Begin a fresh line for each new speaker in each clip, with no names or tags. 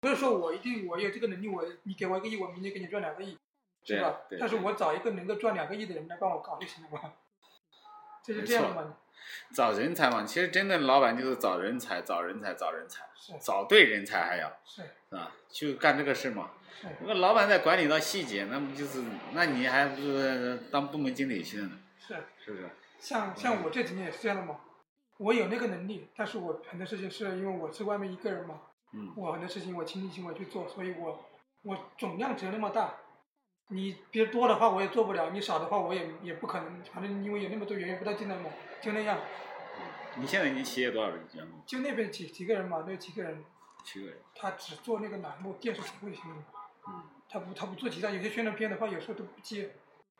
不是说我一定我有这个能力，我你给我一个亿，我明年给你赚两个亿，
对
是吧？
对
但是
对
我找一个能够赚两个亿的人来帮我搞就行了嘛，就是这样的嘛，
找人才嘛，其实真的老板就是找人才，找人才，找人才，
是
找对人才还要
是
啊，就干这个事嘛。
是，
那老板在管理到细节，那不就是那你还不是当部门经理去了呢？
是
是不是？
像像我这几年也是这样的嘛，我有那个能力，但是我很多事情是因为我是外面一个人嘛，
嗯，
我很多事情我亲力亲为去做，所以我我总量只有那么大，你别多的话我也做不了，你少的话我也也不可能，反正因为有那么多源源不断进来嘛，就那样，
你现在你企业多少员工？
就那边几几个人嘛，那几个人
七个人。
他只做那个栏目电视节目就行了，
嗯
他不他不做其他，有些宣传片的话有时候都不接，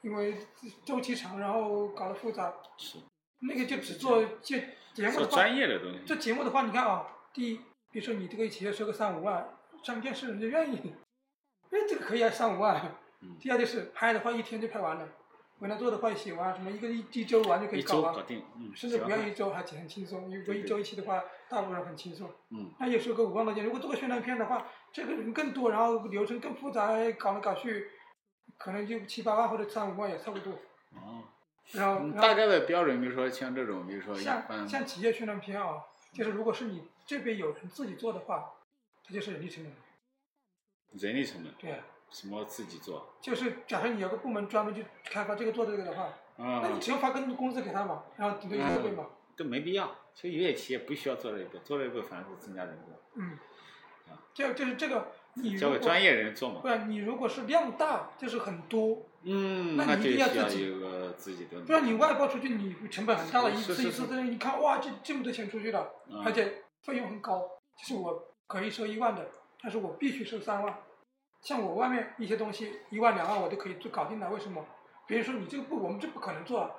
因为周期长，然后搞得复杂，
是
那个就只做就节目
做
的话，
专业的东西
做。节目的话你看啊、第一，比如说你这个企业收个三五万，上电视人家愿意，哎这个可以啊三五万。
嗯，
第二就是拍的话，一天就拍完了；回来做的话，写完什么一个一一周完就可
一
以
周
搞
搞
完，
定。嗯，
甚至不要
行
一周，还挺很轻松。如果
对
一周一期的话，大部分人很轻松。
嗯，
那有时候个五万块钱，如果做个宣传片的话，这个人更多，然后流程更复杂，搞来搞去，可能就七八万或者三五万也差不多。
哦，
然后，
嗯
然后
大概的标准，比如说像这种，比如说一般
像，像企业宣传片啊，就是如果是你这边有人自己做的话，它就是人力成本。
人力成本，
对，
什么自己做。
就是假设你有个部门专门去开发这个做这个的话，那
嗯
你，只要发更多工资给他嘛，然后顶多一个月嘛。
都没必要。其实有些企业不需要做这一步，做这一步反而是增加人工，
嗯，就就是这个，你如
啊交
果
给专业人做
不
嘛。
然你如果是量大，就是很多，
嗯，
那
那
你
就
一定
需
要
要
自己
有个自己的。
不然你外包出去，你成本很大的，一次
是是
一次
是
的，你看哇，这这么多钱出去了，
嗯，
而且费用很高，就是我可以收一万的，但是我必须收三万。像我外面一些东西，一万两万我都可以做搞定了，为什么？别人说你这个不，我们这不可能做啊，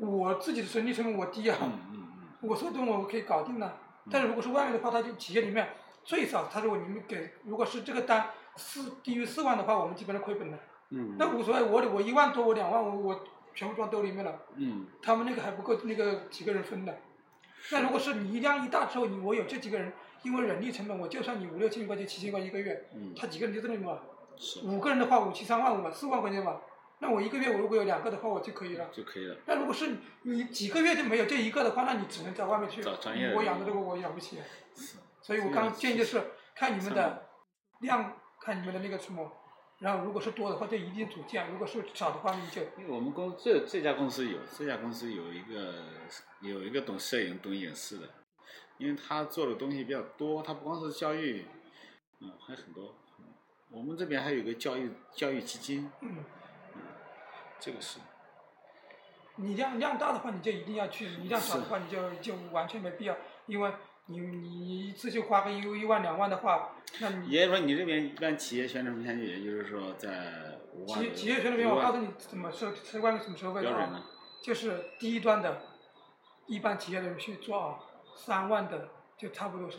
我自己的人力成本我低啊，
嗯嗯嗯。
我说东我可以搞定的。但是如果是外面的话，他就企业里面最少，他说我你们给，如果是这个单四低于四万的话，我们基本上亏本的。
嗯
那无所谓，我我一万多，我两万，我我全部装兜里面了。
嗯，
他们那个还不够那个几个人分的。那如果是你一量一大之后，你我有这几个人，因为人力成本，我就算你五六千块钱、七千块钱一个月，
嗯，
他几个人就这么嘛，
是
五个人的话五七三万五嘛，四万块钱嘛。那我一个月我如果有两个的话，我就可以了。
就可以了。
那如果是你几个月就没有这一个的话，那你只能在外面去
找专业的
我
人
养得这个我养不起。
是
所以我刚刚建议就是看你们
上面
的量，看你们的那个什么，然后如果是多的话就一定组建，如果是少的话你就
因为我们公这这家公司有这家公司有一个有一个懂摄影懂影视的，因为他做的东西比较多，他不光是教育，嗯，还有很多。我们这边还有一个教育教育基金，
嗯，
这个是
你量量大的话你就一定要去，你量少的话你就就完全没必要，因为你你一次性花个一一万两万的话，那你
也就是说你这边一般企业宣传片，也就是说在五万
企
左右
企业学那边我
五万
告诉你怎么收收关于怎么收费的
标准
啊
呢，？
就是低端的，一般企业的人去做啊，三万的就差不多是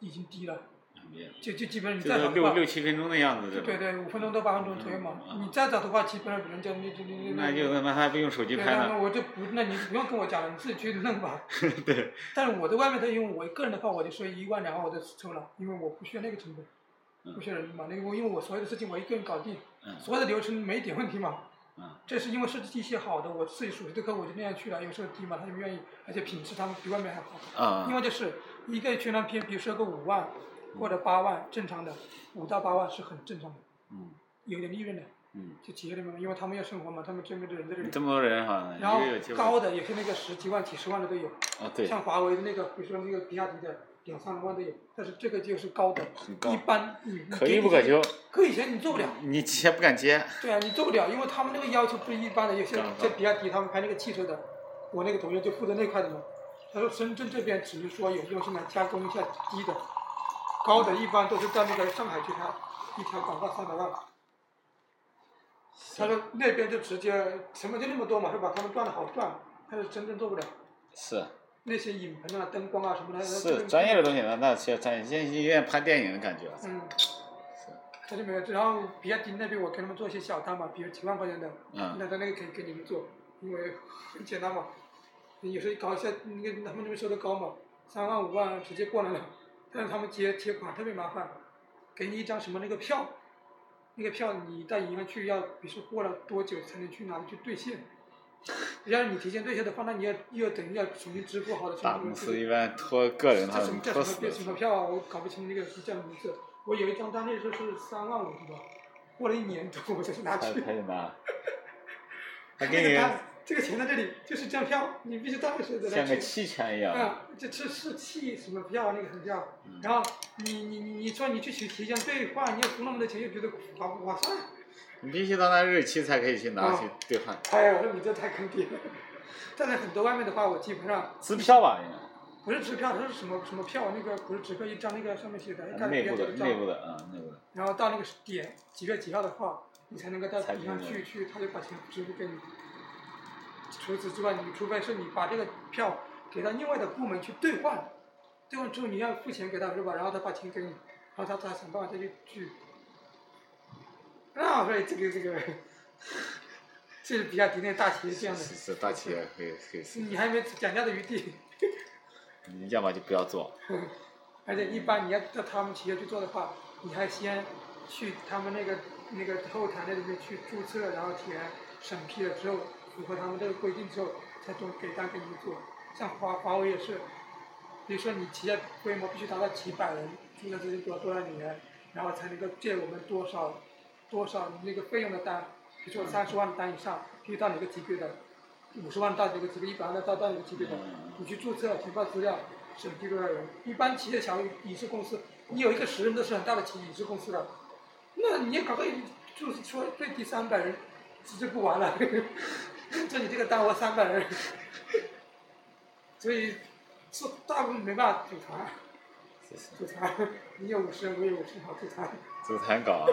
已经低了，
很低
就就基本上你
就
再
是
少的
六
话。
六七分钟的样子，
对
吧
对？对，五分钟到八分钟左右嘛。你再早的话，基本上人家那那那
那就他妈还不用手机
对，
拍
那
了，
那我就不，那你不用跟我讲了，你自己去弄吧。
对，
但是我在外面的，因为我个人的话，我就说一万两万我就抽了，因为我不需要那个成本，
嗯
不需要人力嘛。那个我因为我所有的事情我一个人搞定，
嗯
所有的流程没一点问题嘛。
嗯
这是因为设计一些好的，我自己熟悉的客户我就那样去了，有时候低嘛他就愿意，而且品质他们比外面还好。另
啊，
外就是一个宣传片，比如说个五万或者八万，正常的，五到八万是很正常的，
嗯
有点利润的。
嗯，
就企业里面，因为他们要生活嘛，他们这边的人在这里
这，么多人哈，
然后
一个有机会
高的也是那个十几万、几十万的都有，
啊，对，
像华为的那个，比如说那个比亚迪的，两三万都有，但是这个就是高的，
很
一般你
可遇不可，求，
你可以前你做不了，
你接不敢接，
对啊，你做不了，因为他们那个要求不是一般的，有些
高
像比亚迪他们拍那个汽车的，我那个同学就负责那块的嘛，他说深圳这边只能说有用心来加工一下低的，高的一般都是在那个上海去拍，一条广告三百万。他说那边就直接成本就那么多嘛，是吧？他们赚的好赚，但是真正做不了
是
那些影棚啊、灯光啊什么的。
是专业的东西呢，那需要专业，现在有点拍电影的感觉了，
嗯，他就没有。然后比亚迪那边我给他们做一些小单嘛，比如几万块钱的，
嗯
那他那个可以给你们做，因为很简单嘛。你有时候搞一下那个他们那边收的高嘛，三万五万直接过来了，但是他们结结款特别麻烦，给你一张什么那个票，那个票你到银行去要，比如说过了多久才能去拿去兑现，要是你提前兑现的话，那你要又等于要重新支付好的
大公司一般拖个人他
这什么
们
叫
拖
什
死
么
了
什么票啊？我搞不清那个是叫名字。我有一张单，那时候是三万五是吧？过了一年多我才拿
才
去。
可以拿，还
那个
给
单
你，
这个钱在这里，就是这张票，你必须当时在
像
那
个
去。
弃权一样，
啊，这这是气什么票啊？那个什么票？
嗯
然后你你你你说你去提提前兑换，你要付那么多钱，又觉得划不划算？
你必须到那日期才可以去拿去
啊
兑换，
哎呀，我说你这太坑爹了。 但是很多外面的话，我基本上
支票吧应该，
不是支票，它是什么什么票？那个不是支票，一张那个上面写的，一
啊
看
内
别
部的
人
内
照。
部的啊内部的，
然后到那个点几月几号的话，你才能够到
才
银行
能
去去，他就把钱支付给你。除此之外，你除非是你把这个票给到另外的部门去兑换，兑换之后你要付钱给他是吧？然后他把钱给你，然后他才想办法再去去。啊，所以这个 这个，这是比亚迪那大企业这样的，
是是大企业可以可以是，
你还没讲价的余地。
你要么就不要做，
而且一般你要到他们企业去做的话，你还先去他们那个那个后台那里面去注册，然后填审批了之后，符合他们这个规定之后，才总给单给你做。像华华为也是，比如说你企业规模必须达到几百人，注册资金多少多少年，然后才能够借我们多少多少那个费用的单，比如说三十万的单以上，必须到哪个级别的，五十万到哪个级别，一百万到到哪个级别的。
嗯，
你去注册、填报资料、审批多少人？一般企业强影视公司，你有一个十人都是很大的企业影视公司了，那你也搞个就是说最低三百人，这就不玩了。就你这个单活三百人，所以这大部分没办法吐槽，
是是，
吐槽你有五十人，我有五十人，好吐槽。
这个难搞啊，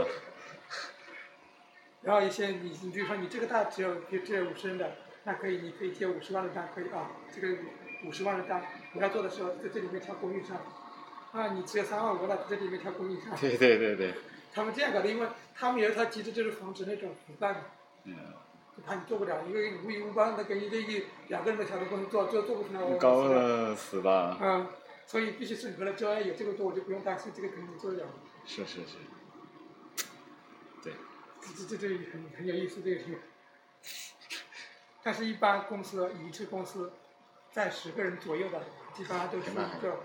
然后一些你，你比如说你这个单只有只只有五十人的，那可以，你可以接五十万的单，可以啊，这个五十万的单，我要做的时候在这里面挑供应商，啊，你只有三万五了，在这里面挑供应商，
对对对对，
他们这样搞的，因为他们有一套机制就是防止那种腐败嘛，
嗯。
就怕你做不了，一个无一无帮的跟一个一两个人的挑的工作做做做不出来，哦我
高
死了，
了死吧，
嗯，所以必须审核了之后，哎有这个多我就不用担心这个肯定做得了，
是是是，对，
这这这这很很有意思，这个题。但是，一般公司影视公司在十个人左右的，基本上都是一个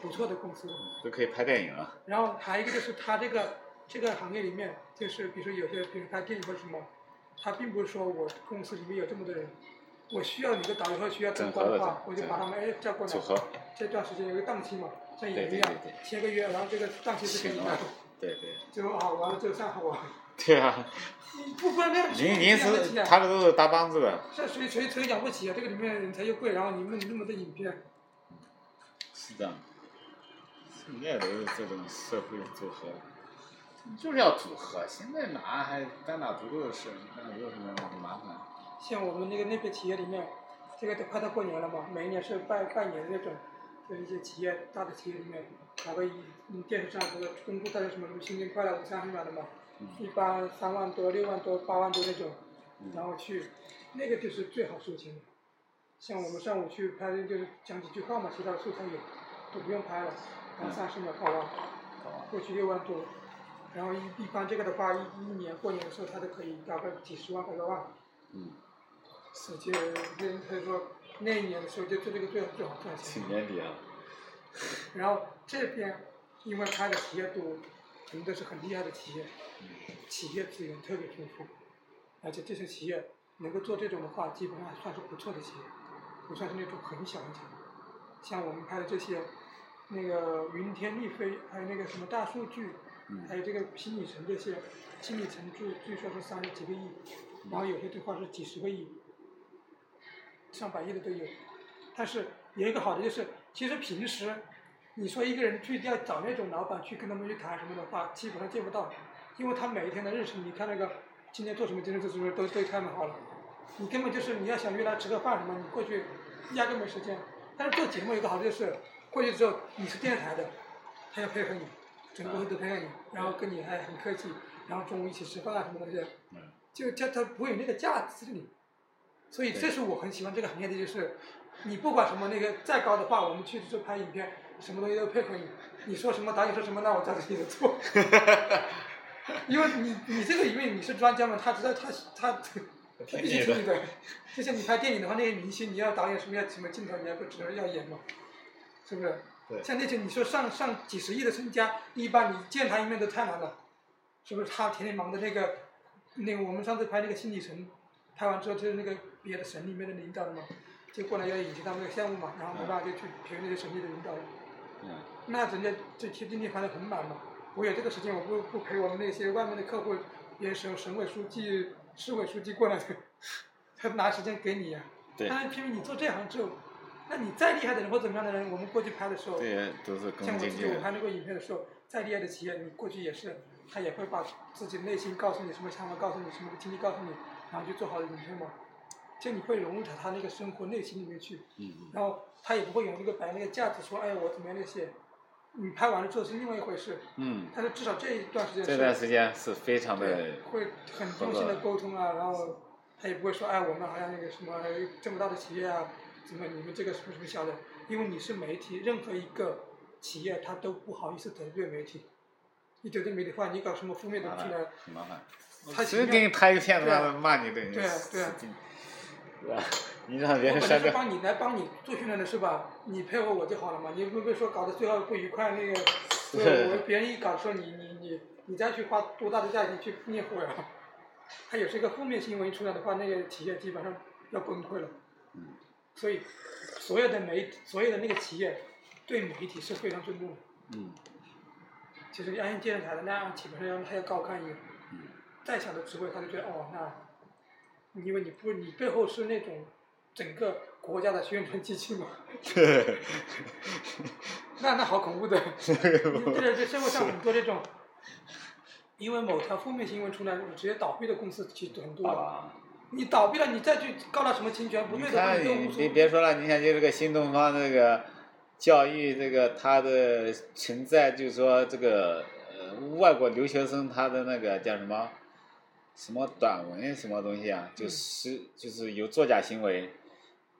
不错的公司。
都可以拍电影啊了，
然后还有一个就是它这个这个行业里面，就是比如说有些，比如拍电影或者什么，它并不是说我公司里面有这么多人，我需要你个导演或者需要灯光的话，我就把他们哎叫过来
组，合，
这段时间有个档期嘛，像
对
演嗯
对
一样
对对
签个约，然后这个档期是给你
行
的
啊，对对
最后啊完了之后上好玩，
对啊，
你不关那样去
您您
这样的企
是
业
他们都是搭帮子的，
这谁谁谁养不起啊？这个里面人才又贵，然后你弄那么多影片，
是这样，现在都是这种社会组合，就是要组合，现在哪还单打独斗的事，那有什么麻烦？
像我们那个那边企业里面，这个都快到过年了嘛，每一年是拜拜年的那种，就是一些企业大的企业里面，搞个一嗯电视上不是公布大家什么什么新年快乐午餐什么的嘛，
嗯
一般三万多、六万多、八万多那种，然后去，那个就是最好收钱的。像我们上午去拍，就是讲几句话嘛，其他的素材也都不用拍了，然后三十秒拍完。
好吧，
过去六万多，然后一一般这个的话，一一年过年的时候，它都可以搞个几十万、百多万。
嗯，
所以就人他说那一年的时候就做这个最好最好赚钱
去。年底啊，
然后这边因为它的企业多，可能都是很厉害的企业，企业资源特别丰富，而且这些企业能够做这种的话，基本上算是不错的企业，不算是那种很小的企业。像我们拍的这些，那个云天丽飞，还有那个什么大数据，
嗯
还有这个新里程这些，新里程据据说是三十几个亿，然后有些对话是几十个亿，上百亿的都有。但是有一个好的就是，其实平时你说一个人去要找那种老板去跟他们去谈什么的话，基本上见不到，因为他每一天的日程，你看那个今天做什么，今天做什么都都开门好了，你根本就是你要想约他吃个饭什么，你过去压根没时间。但是做节目有个好处就是，过去之后你是电视台的，他要配合你，整个会都配合你，然后跟你还很客气，然后中午一起吃饭啊什么东西，
嗯，
就他他不会有那个架子在这里，所以这是我很喜欢这个行业的，就是你不管什么那个再高的话，我们去就拍影片，什么东西都配合你，你说什么导演说什么，那我照着你的做。 因为你你这个因为你是专家嘛，他知道他他他
听
必
你
须听
的
你的，就像你拍电影的话，那些明星你要导演什么要什么镜头，你要不只能要演嘛，是不是？
对
像那些你说上上几十亿的身家，一般你见他一面都太难了，是不是？他天天忙的那个那个我们上次拍那个《新里程》，拍完之后就是那个别的省里面的领导的嘛，就过来要引进他们那个项目嘛，然后没办法就去评那些省里的领导了。
嗯，
那人家这些精力排的很满嘛。我有这个时间，我不不陪我们那些外面的客户，别省省委书记、市委书记过来的，他拿时间给你呀、
对
但是偏偏你做这行之后，那你再厉害的人或怎么样的人，我们过去拍的时候，
这些都是
像
公
我
积
自己
金
我拍
的，
那个影片的时候，再厉害的企业，你过去也是，他也会把自己内心告诉你什么想法，告诉你什么经历，告诉你，然后就做好影片嘛。就你会融入到他那个生活内心里面去。
嗯
然后他也不会有那个摆那个架子说，哎，我怎么样那些，你拍完了之后是另外一回事，
嗯，
但是至少这一段时间
这
是
段时间是非常的
对，会很用心的沟通啊，然后他也不会说，哎，我们好像那个什么这么大的企业啊，怎么你们这个什么什么小的，因为你是媒体，任何一个企业他都不好意思得罪媒体，你得罪媒体的话，你搞什么负面的
麻
出
烦
来，，
很麻烦。
他
随便给你拍个片子，
对啊
他妈骂你的，你
对啊对啊
死定了是吧？你让别
我
人
本来
删
是
掉，
帮你来帮你做训练的是吧？你配合我就好了嘛，你不会说搞得最后不愉快 那个，对我别人一搞说你你你你再去花多大的价钱去灭火呀？他有时个负面新闻一出来的话，那个企业基本上要崩溃了。
嗯。
所以，所有的媒所有的那个企业对媒体是非常尊重的。
嗯
其实安电视台的那样，基本上他要高看一眼。
嗯
再小的职位，他就觉得哦，那你因为你不你背后是那种整个国家的宣传机器 嘛，那那好恐怖 的。对对，社会上很多这种，因为某条负面新闻出来，我直接倒闭的公司其实很多。
啊，
你倒闭了，你再去告他什么侵权不
你
对的
看
东西
你
都无所
别
谓。
别说了，你想就这个新东方这个教育这个它的存在，就是说这个呃外国留学生他的那个叫什么什么短文什么东西啊，就
嗯
是、就是有作假行为，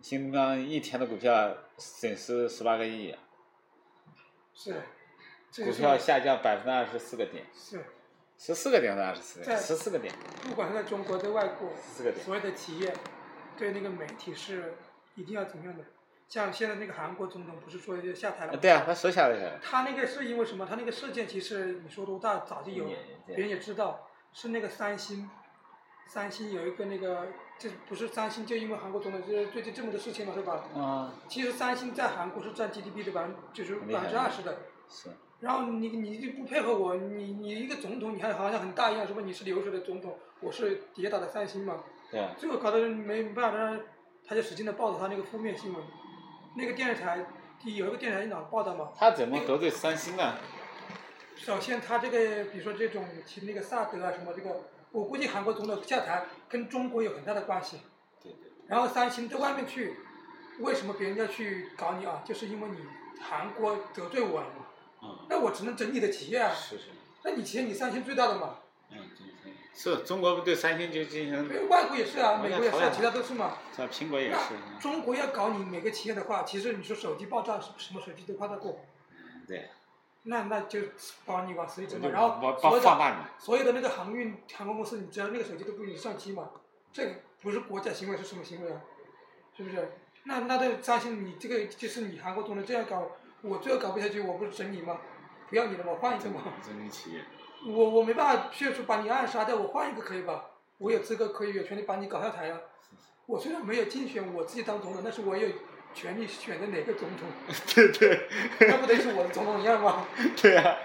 新东方一天的股票损失十八个亿，啊
是，这
股
个
票
是
下降百分之二十四个点，
是，
十四个点还是二十四个点？
在
十四个点，
不管是在中国在外国，
十四个点。
所有的企业对那个媒体是一定要怎么样的？像现在那个韩国总统不是说要下台了
啊
吗？
对啊，他手下来了。
他那个是因为什么？他那个事件其实你说多大早就有
也，
别人也知道，是那个三星，三星有一个那个，这不是三星，就因为韩国总统就是最近这么多事情嘛，是吧？
啊，
其实三星在韩国是占 GDP 的百分就是
很厉害
百分之二十的，
是，
然后你你就不配合我，你你一个总统，你还好像很大一样，什么你是流水的总统，我是跌打的三星嘛，
对啊，
最后搞得没办法，让他就使劲的报道他那个负面新闻，那个电视台有一个电视台老报道嘛，
他怎么得罪三星呢？
首先，他这个比如说这种提那个萨德啊什么这个，我估计韩国总统下台跟中国有很大的关系。
对对，
然后三星到外面去，为什么别人要去搞你啊？就是因为你韩国得罪我了嘛。
嗯，
那我只能整你的企业啊，
是是，
那你企业你三星最大的嘛，
嗯，对对，是中国对三星就进行，
因为外国也是啊，美国也是
好
啊，
像好像
其他都是嘛。
像苹果也是，
那中国要搞你每个企业的话，其实你说手机爆炸，什么手机都爆炸过，
嗯对，
那那就把你往死里整嘛。
就
然后
把
所
把
有的
放大你，
所有的那个航运航空公司，你知道那个手机都不给你上机嘛？这个不是国家行为是什么行为啊？是不是？那那这三星，你这个就是你韩国总统这样搞，我最后搞不下去，我不是整你吗？不要你了吗？换一个
中
嘛。
嗯中国企业，
我我没办法去把你暗杀掉，我换一个可以吧？我有资格可以有权利把你搞下台啊！我虽然没有竞选我自己当总统，但是我有权利选择哪个总统，
对对
那不得是我的总统一样吗？
对啊，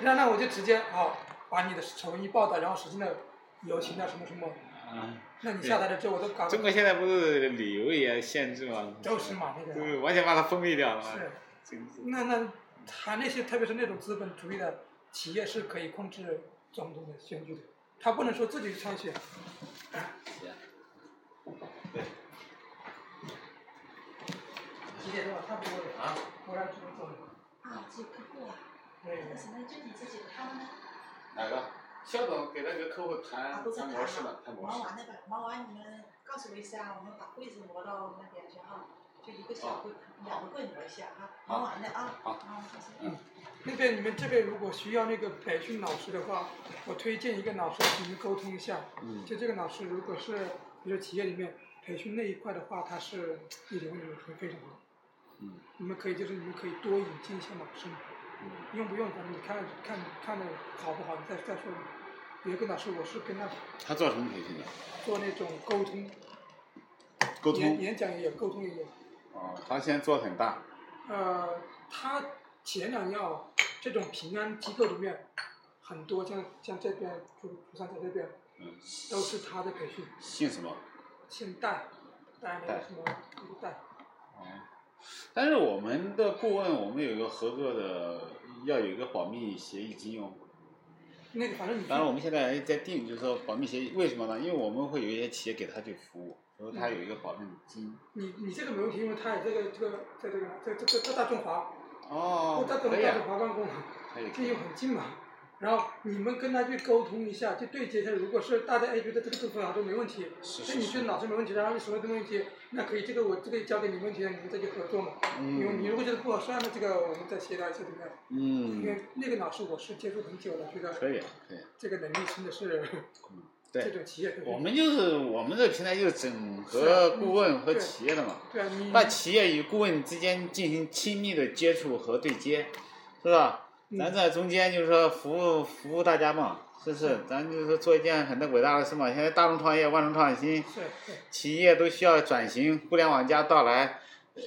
那那我就直接好、把你的丑一报道，然后使劲的友情啊什么什么，
啊，
那你下台了之后我都搞
中国现在不是旅游也限制吗？
都是嘛那
就
个
是完全把它封闭掉了嘛，
是，
真是
那那他那些特别是那种资本主义的企业是可以控制总统的选举的，他不能说自己去参选，
对，
几点钟了？差不多了，
啊，
我让主任走了。
啊，几个客户啊，
对
那行，那具体是几个他们呢？
哪个？肖总给那个客户谈
啊，都在
谈
谈
模式
呢
了，谈模
忙
式，
完了吧？忙完你们告诉我一下，我们把柜子挪到那边去哈。
就一个小柜，两个柜里边下啊，忙完了啊。
好
啊，谢谢。
那边你们这边如果需要那个培训老师的话，我推荐一个老师，你们沟通一下。
嗯
就这个老师，如果是比如说企业里面培训那一块的话，他是一流的，会非常好。
嗯
你们可以就是你们可以多引进一些老师，
嗯
用不用咱们你看看看的好不好，你再再说。有一个老师，我是跟他
他做什么培训的？
做那种沟通，
沟
演
通。
演讲也有，沟通也有。
哦，他现在做得很大。
呃，他前两药这种平安机构里面很多，像像这边就菩萨在这边
嗯，
都是他的培训，
姓什么？
现代带那
代
个什么那个代，
哦，但是我们的顾问，我们有一个合格的，要有一个保密协议金用。
那个反正你
当然，我们现在还在定，就是说保密协议，为什么呢？因为我们会有一些企业给他去服务，然后他有一个保证金。
你你这个没问题，因为他也这个这个在这个在这这这大中华，
哦，
在这
可
个
以
大中
啊，
华办公，
可以。可
这
以
又很近嘛。然后你们跟他去沟通一下，去对接一下。如果是大家 A 觉得这个部分好像没问题，
是
那
是
你觉得
是。
哪是没问题，然后有什么没问题，那可以这个我这个交给你问题了，你们再去合作嘛。你你
嗯
如果觉得不好算了，这个我们再协调一下怎么样？因
嗯，
为那个老师我是接触很久了，觉得
可以啊可以啊。
这个能力真的是
对
这种企业培训
我们就是我们这个平台就是整合顾问和企业的嘛，
对啊，你
把企业与顾问之间进行亲密的接触和对接，是吧？
嗯
咱在中间就是说服务服务大家嘛，是不是？咱就是说做一件很伟大的事嘛。现在大众创业、万众创新，
是对
企业都需要转型，互联网加到来，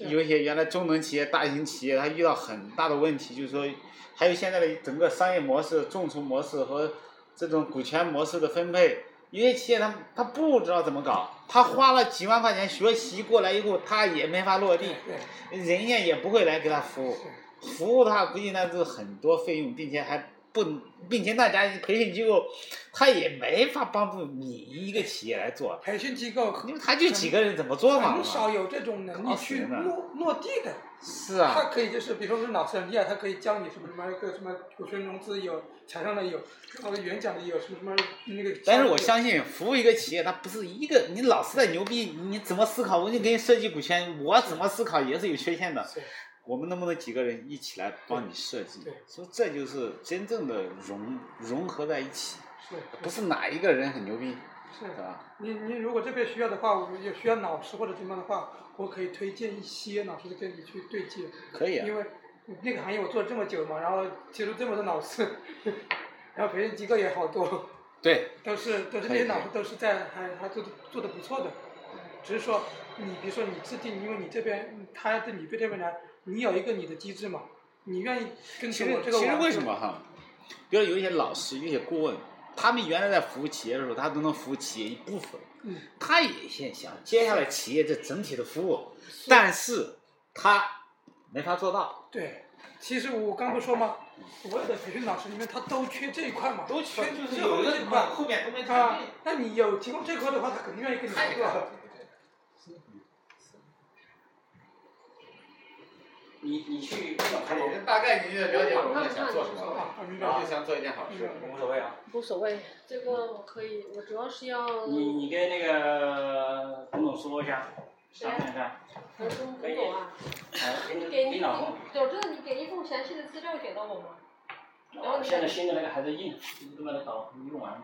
有一些原来中等企业、大型企业，它遇到很大的问题，就是说，还有现在的整个商业模式、众筹模式和这种股权模式的分配，有些企业他他不知道怎么搞，他花了几万块钱学习过来以后，他也没法落地
对，对
人家也不会来给他服务。
是
服务的话，估计那是很多费用，并且还不，并且那家培训机构，他也没法帮助你一个企业来做，
培训机构
因为他就几个人怎么做嘛，
很
是
少
吧
有这种能力去
搞死人了
落落地的。
是
他
啊，
可以就是，比如说是老师很厉害，他可以教你什么什么一个什么股权融资有，财商的有，那个演讲的有，什么什么那个。
但是我相信服务一个企业，它不是一个你老是在牛逼，你怎么思考，我就给你设计股权，我怎么思考也是有缺陷的。
是
我们能不能几个人一起来帮你设计
对？
所以这就是真正的融融合在一起，
是
不是哪一个人很牛逼，
是
对吧？
你你如果这边需要的话，我有需要老师或者怎么样的话，我可以推荐一些老师跟你去对接，
可以啊。
因为那个行业我做了这么久嘛，然后接触这么多老师， 然后培训机构也好多，
对，
都是都是这些老师都是在还还做的做的不错的，只是说你比如说你制定，因为你这边他对你对这边来，你有一个你的机制嘛，你愿意跟
其
随
实
我这个
其实
玩
为什么哈？比如有一些老师，有一些顾问，他们原来在服务企业的时候，他都能服务企业一部分，
嗯，
他也现想接下来企业这整体的服务，但是他没法做到，
对，其实我刚不说吗？我的培训老师里面他都缺这一块嘛，最后这一块。
面都没
啊，那你有提供这块的话，他肯定愿意跟你合作。
你你去问老师，
大概你就了解我们想做什
啊
么，
啊，明白
然后
了
就。想做一件好事。
无所谓啊。
无所谓，这个我可以，我主要是要
你你跟那个冯总说一下，商量一下，
合同不懂啊，
哎，给
给
你
你
给老冯。
有这个你给一份详细的资料给到我吗？
哦现在新的那个还在印，你都把它搞用完了。